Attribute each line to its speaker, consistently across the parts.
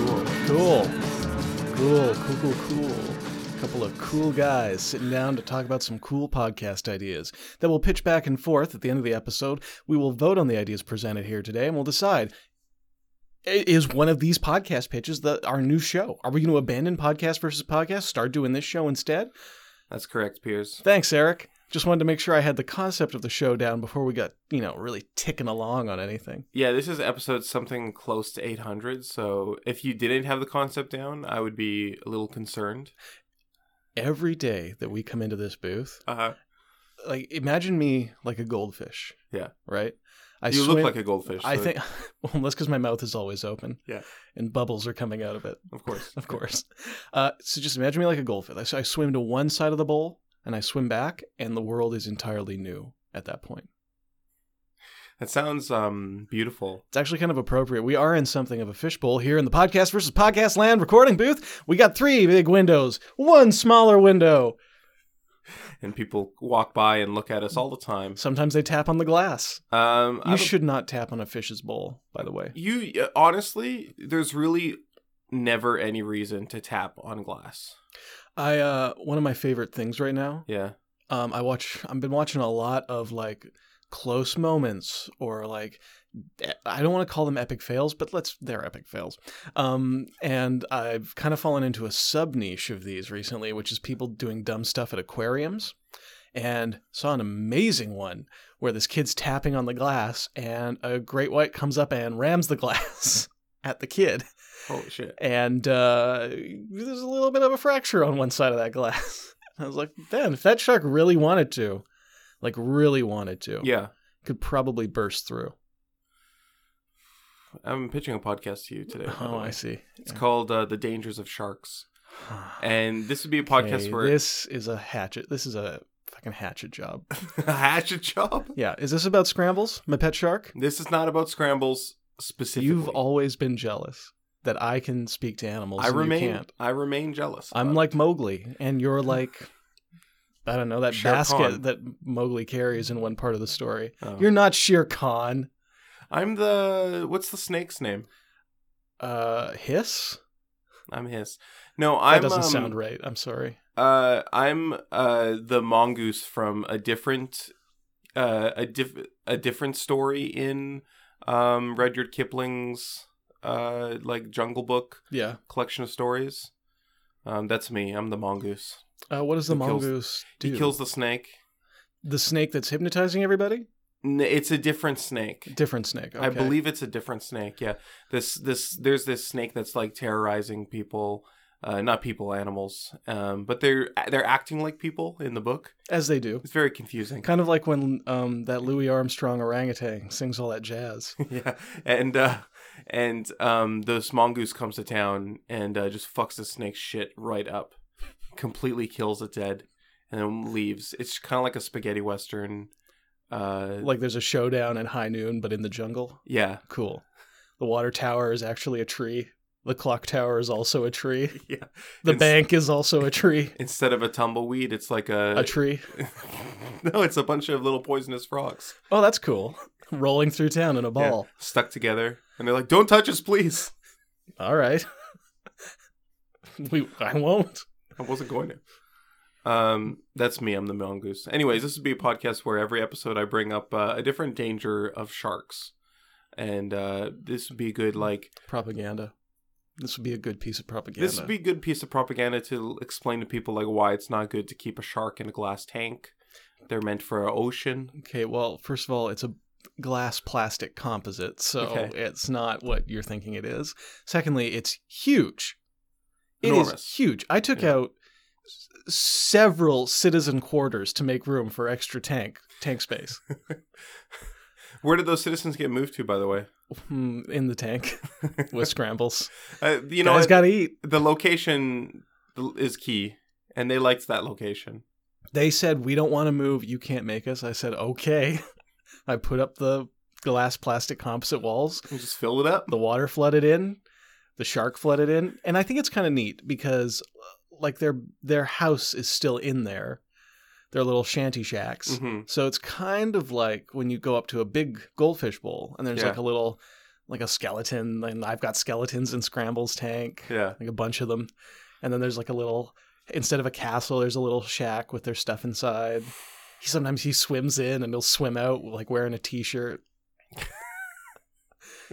Speaker 1: Cool. Cool, cool, cool, cool. Couple of cool guys sitting down to talk about some cool podcast ideas that we'll pitch back and forth at the end of the episode. We will vote on the ideas presented here today and we'll decide i- is one of these podcast pitches the, our new show? Are we going to abandon podcast versus podcast, start doing this show instead?
Speaker 2: That's correct, Piers.
Speaker 1: Thanks, Eric. Just wanted to make sure I had the concept of the show down before we got, you know, really ticking along on anything.
Speaker 2: Yeah, this is episode something close to 800. So if you didn't have the concept down, I would be a little concerned.
Speaker 1: Every day that we come into this booth,
Speaker 2: Uh,
Speaker 1: like imagine me like a goldfish.
Speaker 2: Yeah.
Speaker 1: Right. I
Speaker 2: you
Speaker 1: swim-
Speaker 2: look like a goldfish.
Speaker 1: I
Speaker 2: so-
Speaker 1: think well, that's because my mouth is always open.
Speaker 2: Yeah.
Speaker 1: And bubbles are coming out of it,
Speaker 2: Of course.
Speaker 1: of course. Uh, so just imagine me like a goldfish. I, so I swim to one side of the bowl and I swim back, and the world is entirely new at that point.
Speaker 2: That sounds um beautiful.
Speaker 1: It's actually kind of appropriate. We are in something of a fishbowl here in the podcast versus podcast land recording booth. We got three big windows, one smaller window.
Speaker 2: And people walk by and look at us all the time.
Speaker 1: Sometimes they tap on the glass.
Speaker 2: Um, I
Speaker 1: You
Speaker 2: don't-
Speaker 1: should not tap on a fish's bowl, by the way.
Speaker 2: You uh, honestly, there's really never any reason to tap on glass.
Speaker 1: I uh, one of my favorite things right now
Speaker 2: Yeah.
Speaker 1: um i watch i've been watching a lot of like close moments or like e- i don't want to call them epic fails but let's they're epic fails um and i've kind of fallen into a sub niche of these recently which is people doing dumb stuff at aquariums and saw an amazing one where this kid's tapping on the glass and a great white comes up and rams the glass at the kid
Speaker 2: Holy shit.
Speaker 1: and uh, there's a little bit of a fracture on one side of that glass. I was like, man, if that shark really wanted to, like really wanted to,
Speaker 2: Yeah.
Speaker 1: could probably burst through.
Speaker 2: I'm pitching a podcast to you today. by the
Speaker 1: Oh,
Speaker 2: way.
Speaker 1: I see.
Speaker 2: It's called uh, The Dangers of Sharks. And this would be a podcast
Speaker 1: Okay,
Speaker 2: where
Speaker 1: this is a hatchet. This is a fucking hatchet job.
Speaker 2: hatchet job.
Speaker 1: Yeah, is this about scrambles? My pet shark.
Speaker 2: This is not about scrambles specifically.
Speaker 1: You've always been jealous that I can speak to animals.
Speaker 2: I
Speaker 1: and you
Speaker 2: remain
Speaker 1: can't.
Speaker 2: I remain jealous. Uh,
Speaker 1: I'm
Speaker 2: about
Speaker 1: like Mowgli, and you're like, I don't know that
Speaker 2: Shere
Speaker 1: basket
Speaker 2: Khan.
Speaker 1: that Mowgli carries in one part of the story.
Speaker 2: it. Oh.
Speaker 1: You're not Shere Khan.
Speaker 2: I'm the what's the snake's name?
Speaker 1: Uh, hiss?
Speaker 2: I'm his. No,
Speaker 1: That
Speaker 2: I'm
Speaker 1: doesn't
Speaker 2: um,
Speaker 1: sound right. I'm sorry.
Speaker 2: Uh, I'm uh the mongoose from a different uh a diff a different story in um Rudyard Kipling's uh like Jungle Book
Speaker 1: Yeah.
Speaker 2: collection of stories. Um, that's me. I'm the mongoose.
Speaker 1: Uh, what does the
Speaker 2: He kills-
Speaker 1: mongoose do?
Speaker 2: He kills the snake.
Speaker 1: the snake that's hypnotizing everybody.
Speaker 2: N- It's a different snake.
Speaker 1: Different snake.
Speaker 2: I
Speaker 1: okay.
Speaker 2: believe it's a different snake. Yeah. This this there's this snake that's like terrorizing people, uh, not people, animals. Um, but they're they're acting like people in the book.
Speaker 1: as they do.
Speaker 2: It's very confusing.
Speaker 1: Kind of like when um that Louis Armstrong orangutan sings all that jazz.
Speaker 2: yeah. And uh, and um, this mongoose comes to town and uh, just fucks the snake's shit right up, completely kills it dead, and then leaves. It's kind of like a spaghetti western. Uh,
Speaker 1: like there's a showdown at high noon, but in the jungle.
Speaker 2: yeah.
Speaker 1: Cool. The water tower is actually a tree. The clock tower is also a tree.
Speaker 2: Yeah.
Speaker 1: The
Speaker 2: Ins-
Speaker 1: bank is also a tree.
Speaker 2: Instead of a tumbleweed, it's like
Speaker 1: A tree.
Speaker 2: no, it's a bunch of little poisonous frogs
Speaker 1: Oh, that's cool. Rolling through town in a ball.
Speaker 2: Yeah, stuck together, and they're like, "Don't touch us, please."
Speaker 1: All right. we I won't.
Speaker 2: I wasn't going to. Um, that's me. I'm the mongoose. Anyways, this would be a podcast where every episode I bring up uh, a different danger of sharks, and uh, this would be good. Like
Speaker 1: Propaganda. This would be a good piece of propaganda.
Speaker 2: this would be a good piece of propaganda to explain to people like why it's not good to keep a shark in a glass tank. They're meant for our ocean.
Speaker 1: okay, well, first of all, it's a glass plastic composite, so
Speaker 2: Okay.
Speaker 1: it's not what you're thinking it is. Secondly, it's huge. It is
Speaker 2: Enormous.
Speaker 1: huge. I took
Speaker 2: Yeah.
Speaker 1: out s- several citizen quarters to make room for extra tank tank space
Speaker 2: Where did those citizens get moved to, by the way?
Speaker 1: Hmm, in the tank with scrambles.
Speaker 2: Uh, you
Speaker 1: You know,
Speaker 2: know,
Speaker 1: Guys got to eat.
Speaker 2: the location is key, and they liked that location.
Speaker 1: they said we don't want to move you can't make us i said okay i put up the glass plastic composite walls
Speaker 2: We just filled it up.
Speaker 1: the water flooded in the shark flooded in and i think it's kind of neat because like their their house is still in there their little shanty shacks
Speaker 2: hmm
Speaker 1: so it's kind of like when you go up to a big goldfish bowl and there's
Speaker 2: Yeah.
Speaker 1: like a little like a skeleton, and I've got skeletons in Scramble's tank,
Speaker 2: Yeah.
Speaker 1: like a bunch of them. And then there's like a little instead of a castle, there's a little shack with their stuff inside. He sometimes he swims in and he'll swim out like wearing a t-shirt.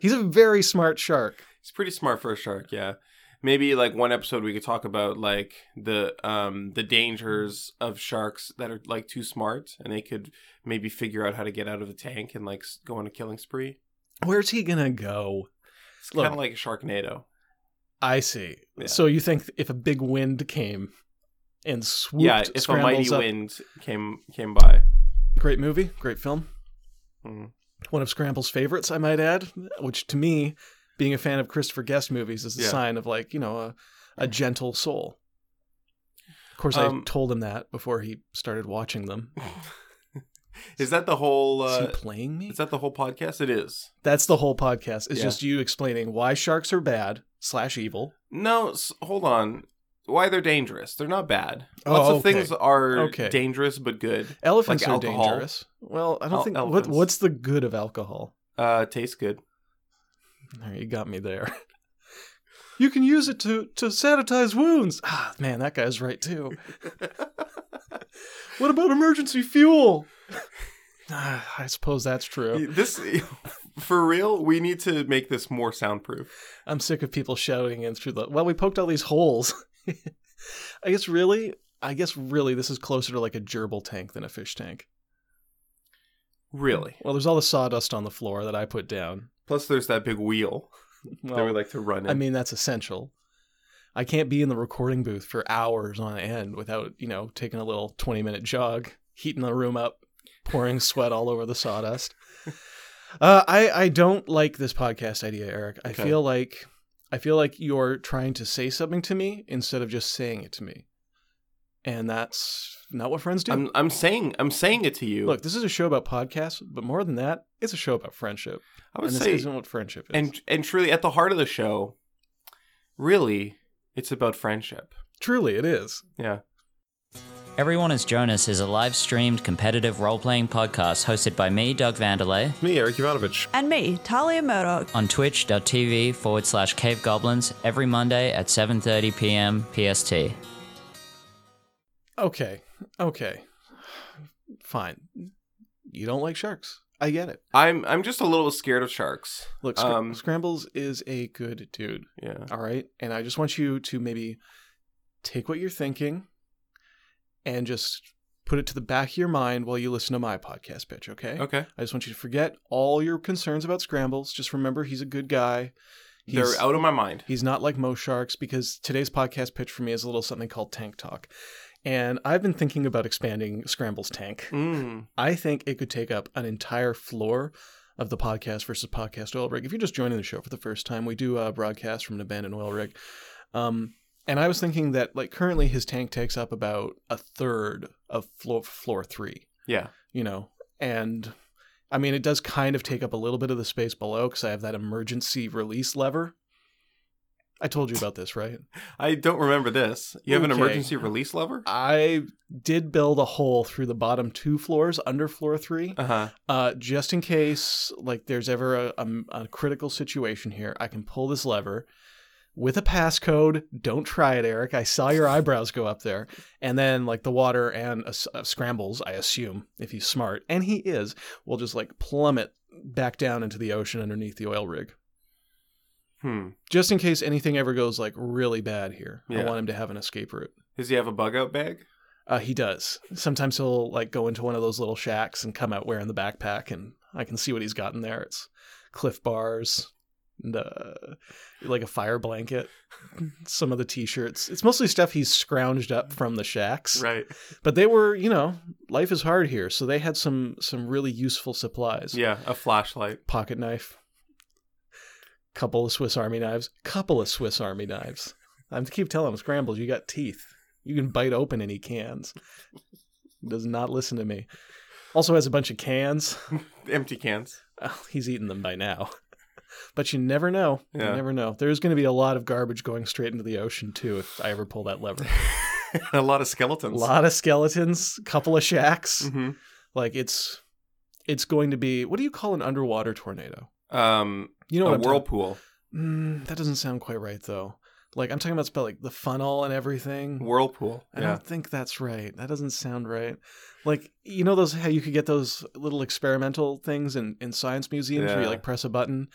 Speaker 1: He's a very smart shark.
Speaker 2: He's pretty smart for a shark, yeah. Maybe like one episode we could talk about like the um the dangers of sharks that are like too smart and they could maybe figure out how to get out of the tank and like s- go on a killing spree.
Speaker 1: Where's he gonna go?
Speaker 2: It's
Speaker 1: Look.
Speaker 2: kind of like Sharknado.
Speaker 1: I see.
Speaker 2: Yeah.
Speaker 1: So you think if a big wind came and swooped,
Speaker 2: yeah, if a mighty
Speaker 1: scrambles up,
Speaker 2: wind came came by.
Speaker 1: great movie, great film,
Speaker 2: Mm.
Speaker 1: one of Scramble's favorites, I might add. Which to me, being a fan of Christopher Guest movies, is a
Speaker 2: Yeah.
Speaker 1: sign of like you know a, a gentle soul. Of course, I
Speaker 2: Um,
Speaker 1: told him that before he started watching them.
Speaker 2: Is that the whole
Speaker 1: is he
Speaker 2: uh,
Speaker 1: playing me?
Speaker 2: is that the whole podcast? It is.
Speaker 1: That's the whole podcast. It's
Speaker 2: Yeah.
Speaker 1: just you explaining why sharks are bad slash evil.
Speaker 2: No, s- hold on. Why they're dangerous? They're not bad.
Speaker 1: Oh,
Speaker 2: Lots of
Speaker 1: okay.
Speaker 2: things are
Speaker 1: Okay.
Speaker 2: dangerous but good.
Speaker 1: Elephants
Speaker 2: Like
Speaker 1: are
Speaker 2: alcohol.
Speaker 1: dangerous. Well, I don't
Speaker 2: Al-
Speaker 1: think. What,
Speaker 2: elephants.
Speaker 1: what's the good of alcohol?
Speaker 2: Uh, tastes good.
Speaker 1: There, you got me there. You can use it to to sanitize wounds. Ah, man, that guy's right too. what about emergency fuel? Ah, I suppose that's true.
Speaker 2: This for real. We need to make this more soundproof.
Speaker 1: I'm sick of people shouting in through the. Well, we poked all these holes. I guess really, I guess really, this is closer to like a gerbil tank than a fish tank.
Speaker 2: Really.
Speaker 1: Well, there's all the sawdust on the floor that I put down.
Speaker 2: Plus, there's that big wheel that we
Speaker 1: Well,
Speaker 2: like to run. In.
Speaker 1: I mean, that's essential. I can't be in the recording booth for hours on end without, you know, taking a little 20 minute jog, heating the room up, pouring sweat all over the sawdust. Uh, I, I don't like this podcast idea, Eric. I
Speaker 2: Okay.
Speaker 1: feel like I feel like you're trying to say something to me instead of just saying it to me. And that's not what friends do.
Speaker 2: I'm I'm saying I'm saying it to you.
Speaker 1: Look, this is a show about podcasts, but more than that, it's a show about friendship.
Speaker 2: I would
Speaker 1: and this
Speaker 2: say,
Speaker 1: isn't what friendship is.
Speaker 2: and and truly, at the heart of the show, really, it's about friendship.
Speaker 1: truly it is.
Speaker 2: Yeah.
Speaker 3: Everyone is Jonas is a live streamed competitive role playing podcast hosted by me, Doug Vanderlei,
Speaker 4: Me, Eric Ivanovich.
Speaker 5: And me, Talia Murdoch.
Speaker 3: on twitch.tv forward slash cave goblins every Monday at 7.30 pm PST.
Speaker 1: Okay. Okay. Fine. You don't like sharks. I get it.
Speaker 2: I'm I'm just a little scared of sharks.
Speaker 1: Look, Scr-
Speaker 2: um,
Speaker 1: Scrambles is a good dude.
Speaker 2: yeah.
Speaker 1: All right. And I just want you to maybe take what you're thinking and just put it to the back of your mind while you listen to my podcast bitch, okay?
Speaker 2: Okay.
Speaker 1: I just want you to forget all your concerns about Scrambles. Just remember he's a good guy. He's,
Speaker 2: They're out of my mind.
Speaker 1: He's not like most sharks because today's podcast pitch for me is a little something called Tank Talk. And I've been thinking about expanding Scrambles' tank.
Speaker 2: Mm.
Speaker 1: I think it could take up an entire floor of the podcast versus podcast oil rig. If you're just joining the show for the first time, we do uh, broadcast from an abandoned oil rig. Um, and I was thinking that like currently his tank takes up about a third of floor floor three
Speaker 2: Yeah.
Speaker 1: you know, and I mean, it does kind of take up a little bit of the space below because I have that emergency release lever. I told you about this, right?
Speaker 2: I don't remember this. You have an
Speaker 1: Okay. Uh,
Speaker 2: emergency release lever?
Speaker 1: I did build a hole through the bottom two floors under floor three,
Speaker 2: Uh huh.
Speaker 1: uh, just in case like there's ever a, a, a critical situation here. I can pull this lever with a passcode. Don't try it, Eric. I saw your eyebrows go up there, and then like the water and uh, s- uh, scrambles. I assume if he's smart, and he is, will just like plummet back down into the ocean underneath the oil rig.
Speaker 2: Hmm.
Speaker 1: Just in case anything ever goes like really bad here, I
Speaker 2: Yeah.
Speaker 1: want him to have an escape route.
Speaker 2: Does he have a bug out bag?
Speaker 1: Uh, he does. Sometimes he'll like go into one of those little shacks and come out wearing the backpack, and I can see what he's got in there. It's Cliff Bars, and, uh, like a fire blanket, some of the T-shirts. It's mostly stuff he's scrounged up from the shacks.
Speaker 2: Right.
Speaker 1: But they were, you know, life is hard here, so they had some some really useful supplies.
Speaker 2: Yeah. A flashlight.
Speaker 1: Pocket knife, couple of Swiss Army knives, couple of Swiss Army knives. I keep telling him, Scrambles, you got teeth. You can bite open any cans. Does not listen to me. Also has a bunch of cans.
Speaker 2: Empty cans.
Speaker 1: Well, he's eaten them by now. But you never know.
Speaker 2: Yeah.
Speaker 1: You never know. There's going to be a lot of garbage going straight into the ocean, too, if I ever pull that lever.
Speaker 2: a lot
Speaker 1: a
Speaker 2: of skeletons.
Speaker 1: lot of skeletons, couple of shacks.
Speaker 2: hmm
Speaker 1: Like, it's it's going to be what do you call an underwater tornado?
Speaker 2: Um,
Speaker 1: You know
Speaker 2: a
Speaker 1: what? I'm talking-
Speaker 2: whirlpool.
Speaker 1: Mm, that doesn't sound quite right though. Like I'm talking about spell like the funnel and everything.
Speaker 2: Whirlpool.
Speaker 1: I
Speaker 2: yeah.
Speaker 1: don't think that's right. That doesn't sound right. Like you know those how you could get those little experimental things in in science museums where you
Speaker 2: Yeah.
Speaker 1: like press a button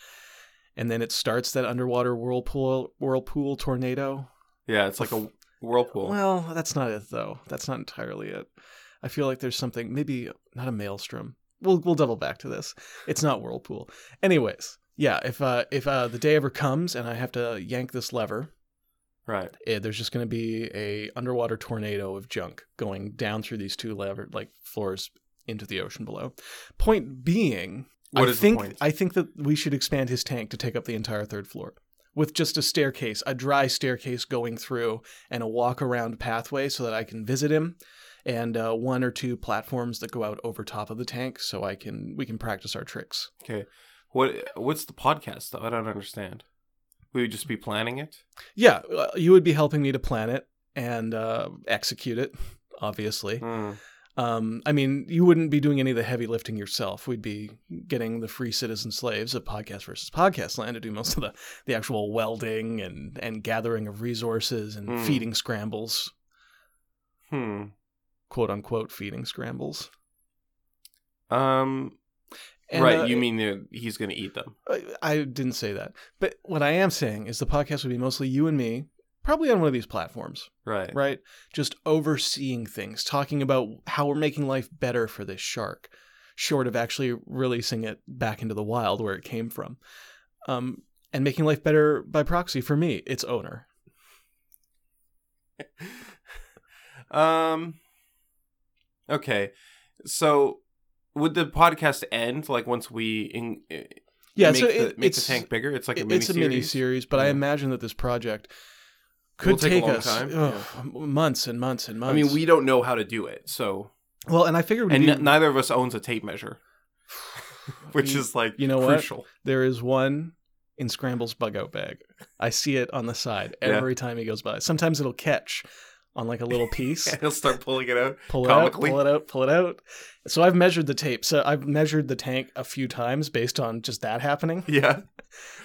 Speaker 1: and then it starts that underwater whirlpool whirlpool tornado.
Speaker 2: Yeah, it's like a whirlpool.
Speaker 1: Well, that's not it though. That's not entirely it. I feel like there's something maybe not a maelstrom. We'll we'll double back to this. It's not whirlpool. Anyways, yeah, if uh if uh the day ever comes and I have to yank this lever,
Speaker 2: right.
Speaker 1: eh, there's just going to be a underwater tornado of junk going down through these two lever like floors into the ocean below. Point being,
Speaker 2: What
Speaker 1: I
Speaker 2: is the
Speaker 1: think
Speaker 2: point?
Speaker 1: I think that we should expand his tank to take up the entire third floor with just a staircase, a dry staircase going through and a walk around pathway so that I can visit him and uh, one or two platforms that go out over top of the tank so I can we can practice our tricks.
Speaker 2: Okay. What what's the podcast though? I don't understand. We would just be planning it?
Speaker 1: Yeah, uh, you would be helping me to plan it and uh, execute it, obviously.
Speaker 2: Hmm.
Speaker 1: Um, I mean, you wouldn't be doing any of the heavy lifting yourself. We'd be getting the free citizen slaves of Podcast versus Podcast Land to do most of the, the actual welding and, and gathering of resources and
Speaker 2: Hmm.
Speaker 1: feeding scrambles,
Speaker 2: Hmm.
Speaker 1: quote unquote feeding scrambles.
Speaker 2: Um
Speaker 1: And,
Speaker 2: right,
Speaker 1: uh,
Speaker 2: you mean that he's going to eat them.
Speaker 1: I, I didn't say that, but what I am saying is the podcast would be mostly you and me, probably on one of these platforms,
Speaker 2: Right.
Speaker 1: right? Just overseeing things, talking about how we're making life better for this shark, short of actually releasing it back into the wild where it came from, um, and making life better by proxy for me, its owner.
Speaker 2: Um Okay. So would the podcast end like once we in, eh,
Speaker 1: Yeah,
Speaker 2: make,
Speaker 1: so
Speaker 2: the,
Speaker 1: it,
Speaker 2: make
Speaker 1: it's
Speaker 2: the tank bigger? It's like a
Speaker 1: it-
Speaker 2: mini
Speaker 1: it's a mini
Speaker 2: series.
Speaker 1: series, but I
Speaker 2: Yeah.
Speaker 1: imagine that this project
Speaker 2: It will
Speaker 1: could
Speaker 2: take a
Speaker 1: take,
Speaker 2: long
Speaker 1: us
Speaker 2: time,
Speaker 1: ugh, months and months and months.
Speaker 2: I mean, we don't know how to do it. So
Speaker 1: well, and I figured we'd
Speaker 2: and
Speaker 1: be-
Speaker 2: n- neither of us owns a tape measure, which
Speaker 1: You-
Speaker 2: is like
Speaker 1: you know what?
Speaker 2: crucial.
Speaker 1: There is one in Scramble's bug out bag. I see it on the side
Speaker 2: Yeah.
Speaker 1: every time he goes by. Sometimes it'll catch on like a little piece.
Speaker 2: He'll start pulling it out.
Speaker 1: Pull it out,
Speaker 2: Comically.
Speaker 1: pull it out, pull it out. So I've measured the tape. So I've measured the tank a few times based on just that happening.
Speaker 2: Yeah.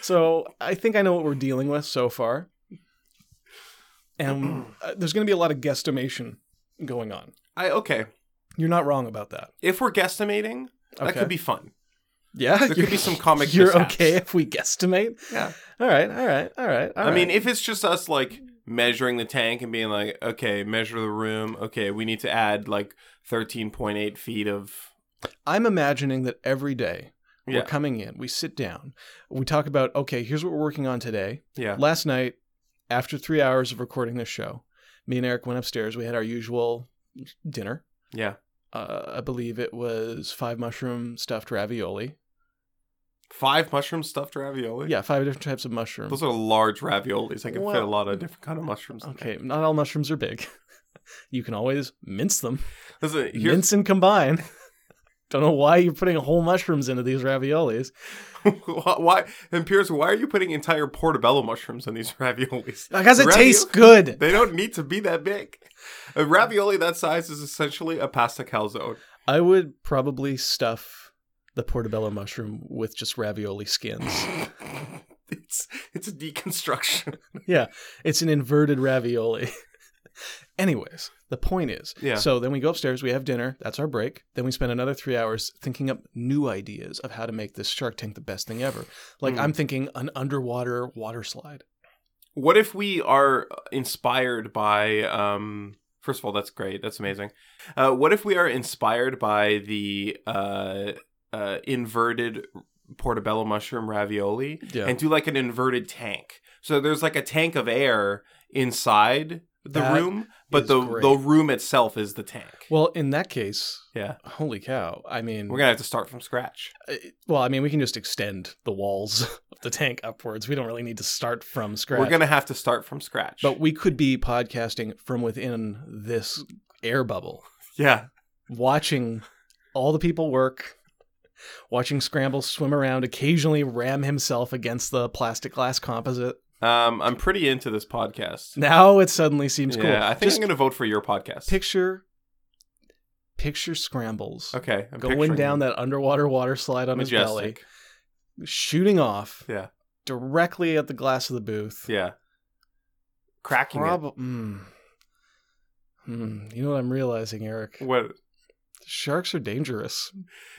Speaker 1: So I think I know what we're dealing with so far. And uh, there's going to be a lot of guesstimation going on.
Speaker 2: I okay.
Speaker 1: You're not wrong about that.
Speaker 2: If we're guesstimating, that
Speaker 1: Okay.
Speaker 2: could be fun.
Speaker 1: yeah.
Speaker 2: There
Speaker 1: you're-
Speaker 2: could be some comic.
Speaker 1: You're
Speaker 2: mishaps.
Speaker 1: okay if we guesstimate.
Speaker 2: Yeah.
Speaker 1: All right. All right. All right. all
Speaker 2: I mean,
Speaker 1: right.
Speaker 2: if it's just us like measuring the tank and being like, okay, measure the room. Okay, we need to add like thirteen point eight feet of.
Speaker 1: I'm imagining that every day
Speaker 2: Yeah.
Speaker 1: we're coming in, we sit down, we talk about, okay, here's what we're working on today.
Speaker 2: Yeah.
Speaker 1: Last night, after three hours of recording this show, me and Eric went upstairs. We had our usual dinner.
Speaker 2: Yeah.
Speaker 1: Uh, I believe it was five mushroom stuffed ravioli.
Speaker 2: Five mushroom stuffed ravioli.
Speaker 1: Yeah, five different types of mushrooms.
Speaker 2: Those are large raviolis. I can fit
Speaker 1: Well-
Speaker 2: a lot of different kind of mushrooms. in
Speaker 1: okay, not all mushrooms are big. you can always mince them,
Speaker 2: there. Listen, here's,
Speaker 1: mince and combine. Don't know why you're putting whole mushrooms into these raviolis.
Speaker 2: why and Pierce, why are you putting entire portobello mushrooms in these raviolis?
Speaker 1: Because it
Speaker 2: Ravio-
Speaker 1: tastes good.
Speaker 2: They don't need to be that big. A ravioli that size is essentially a pasta calzone.
Speaker 1: I would probably stuff the portobello mushroom with just ravioli skins.
Speaker 2: It's it's a deconstruction.
Speaker 1: yeah, it's an inverted ravioli. Anyways, the point is,
Speaker 2: Yeah.
Speaker 1: so then we go upstairs, we have dinner, that's our break. Then we spend another three hours thinking up new ideas of how to make this Shark Tank the best thing ever. Like,
Speaker 2: Hmm.
Speaker 1: I'm thinking an underwater water slide.
Speaker 2: What if we are inspired by? Um, first of all, that's great. That's amazing. Uh, what if we are inspired by the uh, uh, inverted portobello mushroom ravioli
Speaker 1: Yeah.
Speaker 2: and do like an inverted tank? So there's like a tank of air inside the
Speaker 1: That
Speaker 2: room, but
Speaker 1: is
Speaker 2: the
Speaker 1: great.
Speaker 2: the room itself is the tank.
Speaker 1: Well, in that case,
Speaker 2: yeah,
Speaker 1: holy cow. I mean,
Speaker 2: we're gonna have to start from scratch.
Speaker 1: uh, well, I mean, we can just extend the walls of the tank upwards. We don't really need to start from scratch.
Speaker 2: We're gonna have to start from scratch.
Speaker 1: But we could be podcasting from within this air bubble,
Speaker 2: yeah,
Speaker 1: watching all the people work, watching Scramble swim around, occasionally ram himself against the plastic glass composite.
Speaker 2: um, I'm pretty into this podcast.
Speaker 1: Now it suddenly seems
Speaker 2: yeah,
Speaker 1: cool.
Speaker 2: I think
Speaker 1: Just
Speaker 2: I'm gonna vote for your podcast.
Speaker 1: picture picture Scrambles
Speaker 2: okay, I'm
Speaker 1: going
Speaker 2: picturing
Speaker 1: down
Speaker 2: him.
Speaker 1: that underwater water slide on his belly.
Speaker 2: majestic.
Speaker 1: shooting off
Speaker 2: Yeah.
Speaker 1: directly at the glass of the booth.
Speaker 2: Yeah. Cracking it.
Speaker 1: Prob- Mm. Mm. You know what I'm realizing, Eric?
Speaker 2: What
Speaker 1: Sharks are dangerous.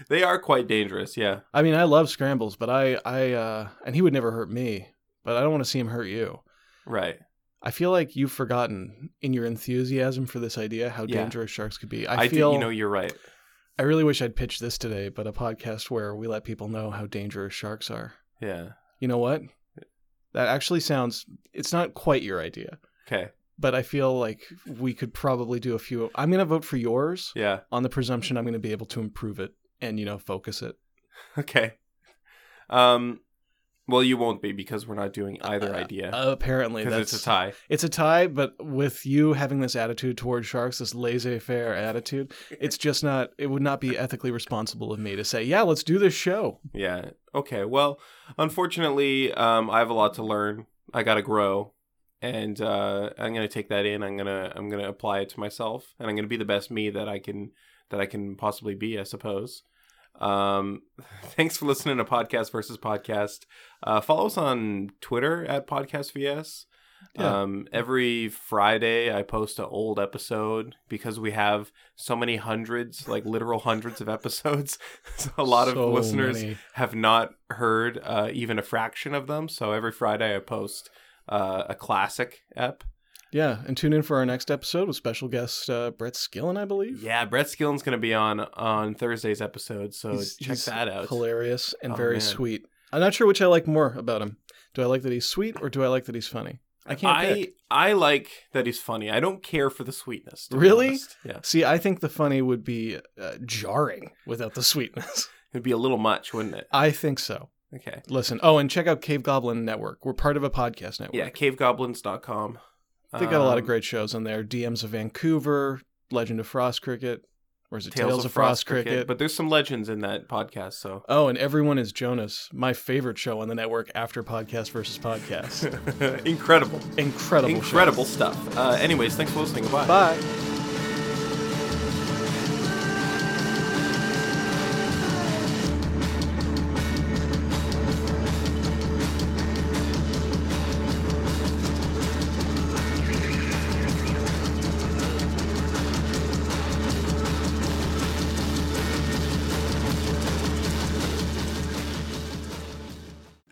Speaker 2: they are quite dangerous, yeah.
Speaker 1: I mean, I love scrambles, but I, I, uh, and he would never hurt me, but I don't want to see him hurt you.
Speaker 2: Right.
Speaker 1: I feel like you've forgotten in your enthusiasm for this idea how
Speaker 2: Yeah.
Speaker 1: dangerous sharks could be. I,
Speaker 2: I,
Speaker 1: feel,
Speaker 2: do, you know you're right.
Speaker 1: I really wish I'd pitched this today, but a podcast where we let people know how dangerous sharks are.
Speaker 2: Yeah.
Speaker 1: You know what? That actually sounds, it's not quite your idea,
Speaker 2: Okay.
Speaker 1: but I feel like we could probably do a few. I'm going to vote for yours
Speaker 2: Yeah.
Speaker 1: on the presumption I'm going to be able to improve it and, you know, focus it.
Speaker 2: Okay. Um well you won't be because we're not doing either idea.
Speaker 1: apparently,
Speaker 2: Because
Speaker 1: that's
Speaker 2: it's a tie.
Speaker 1: It's a tie, but with you having this attitude towards sharks, this laissez-faire attitude, it's just not. It would not be ethically responsible of me to say, "Yeah, let's do this show."
Speaker 2: Yeah. Okay. Well, unfortunately, um, I have a lot to learn. I gotta grow, and uh, I'm gonna take that in. I'm gonna I'm gonna apply it to myself, and I'm gonna be the best me that I can that I can possibly be. I suppose. Um, thanks for listening to Podcast versus Podcast. Uh, follow us on Twitter at Podcast VS.
Speaker 1: Yeah.
Speaker 2: Um, every Friday, I post an old episode because we have so many hundreds, like literal hundreds of episodes. so a lot
Speaker 1: So
Speaker 2: of listeners
Speaker 1: many.
Speaker 2: have not heard uh, even a fraction of them. So every Friday I post uh, a classic ep.
Speaker 1: Yeah, and tune in for our next episode with special guest uh, Brett Skillen, I believe.
Speaker 2: Yeah, Brett Skillen's going to be on on Thursday's episode, so
Speaker 1: He's-
Speaker 2: check
Speaker 1: he's
Speaker 2: that out.
Speaker 1: Hilarious and
Speaker 2: Oh,
Speaker 1: very
Speaker 2: man.
Speaker 1: sweet. I'm not sure which I like more about him. Do I like that he's sweet or do I like that he's funny? I can't
Speaker 2: I
Speaker 1: pick.
Speaker 2: I like that he's funny. I don't care for the sweetness. to be
Speaker 1: Really?
Speaker 2: honest. Yeah,
Speaker 1: See, I think the funny would be uh, jarring without the sweetness.
Speaker 2: it'd be a little much, wouldn't it?
Speaker 1: I think so.
Speaker 2: Okay.
Speaker 1: Listen. Oh, and check out Cave Goblin Network. We're part of a podcast network.
Speaker 2: Yeah, cavegoblins.com.
Speaker 1: They got a lot of
Speaker 2: Um,
Speaker 1: great shows on there. DMs of Vancouver, Legend of Frost Cricket, or is it
Speaker 2: Tales, of, Frost Cricket,
Speaker 1: But
Speaker 2: but there's some legends in that podcast. So
Speaker 1: oh, and everyone is Jonas, my favorite show on the network after podcast versus podcast.
Speaker 2: incredible,
Speaker 1: Incredible, show.
Speaker 2: incredible stuff. Uh, anyways, thanks for listening. Bye.
Speaker 1: Bye.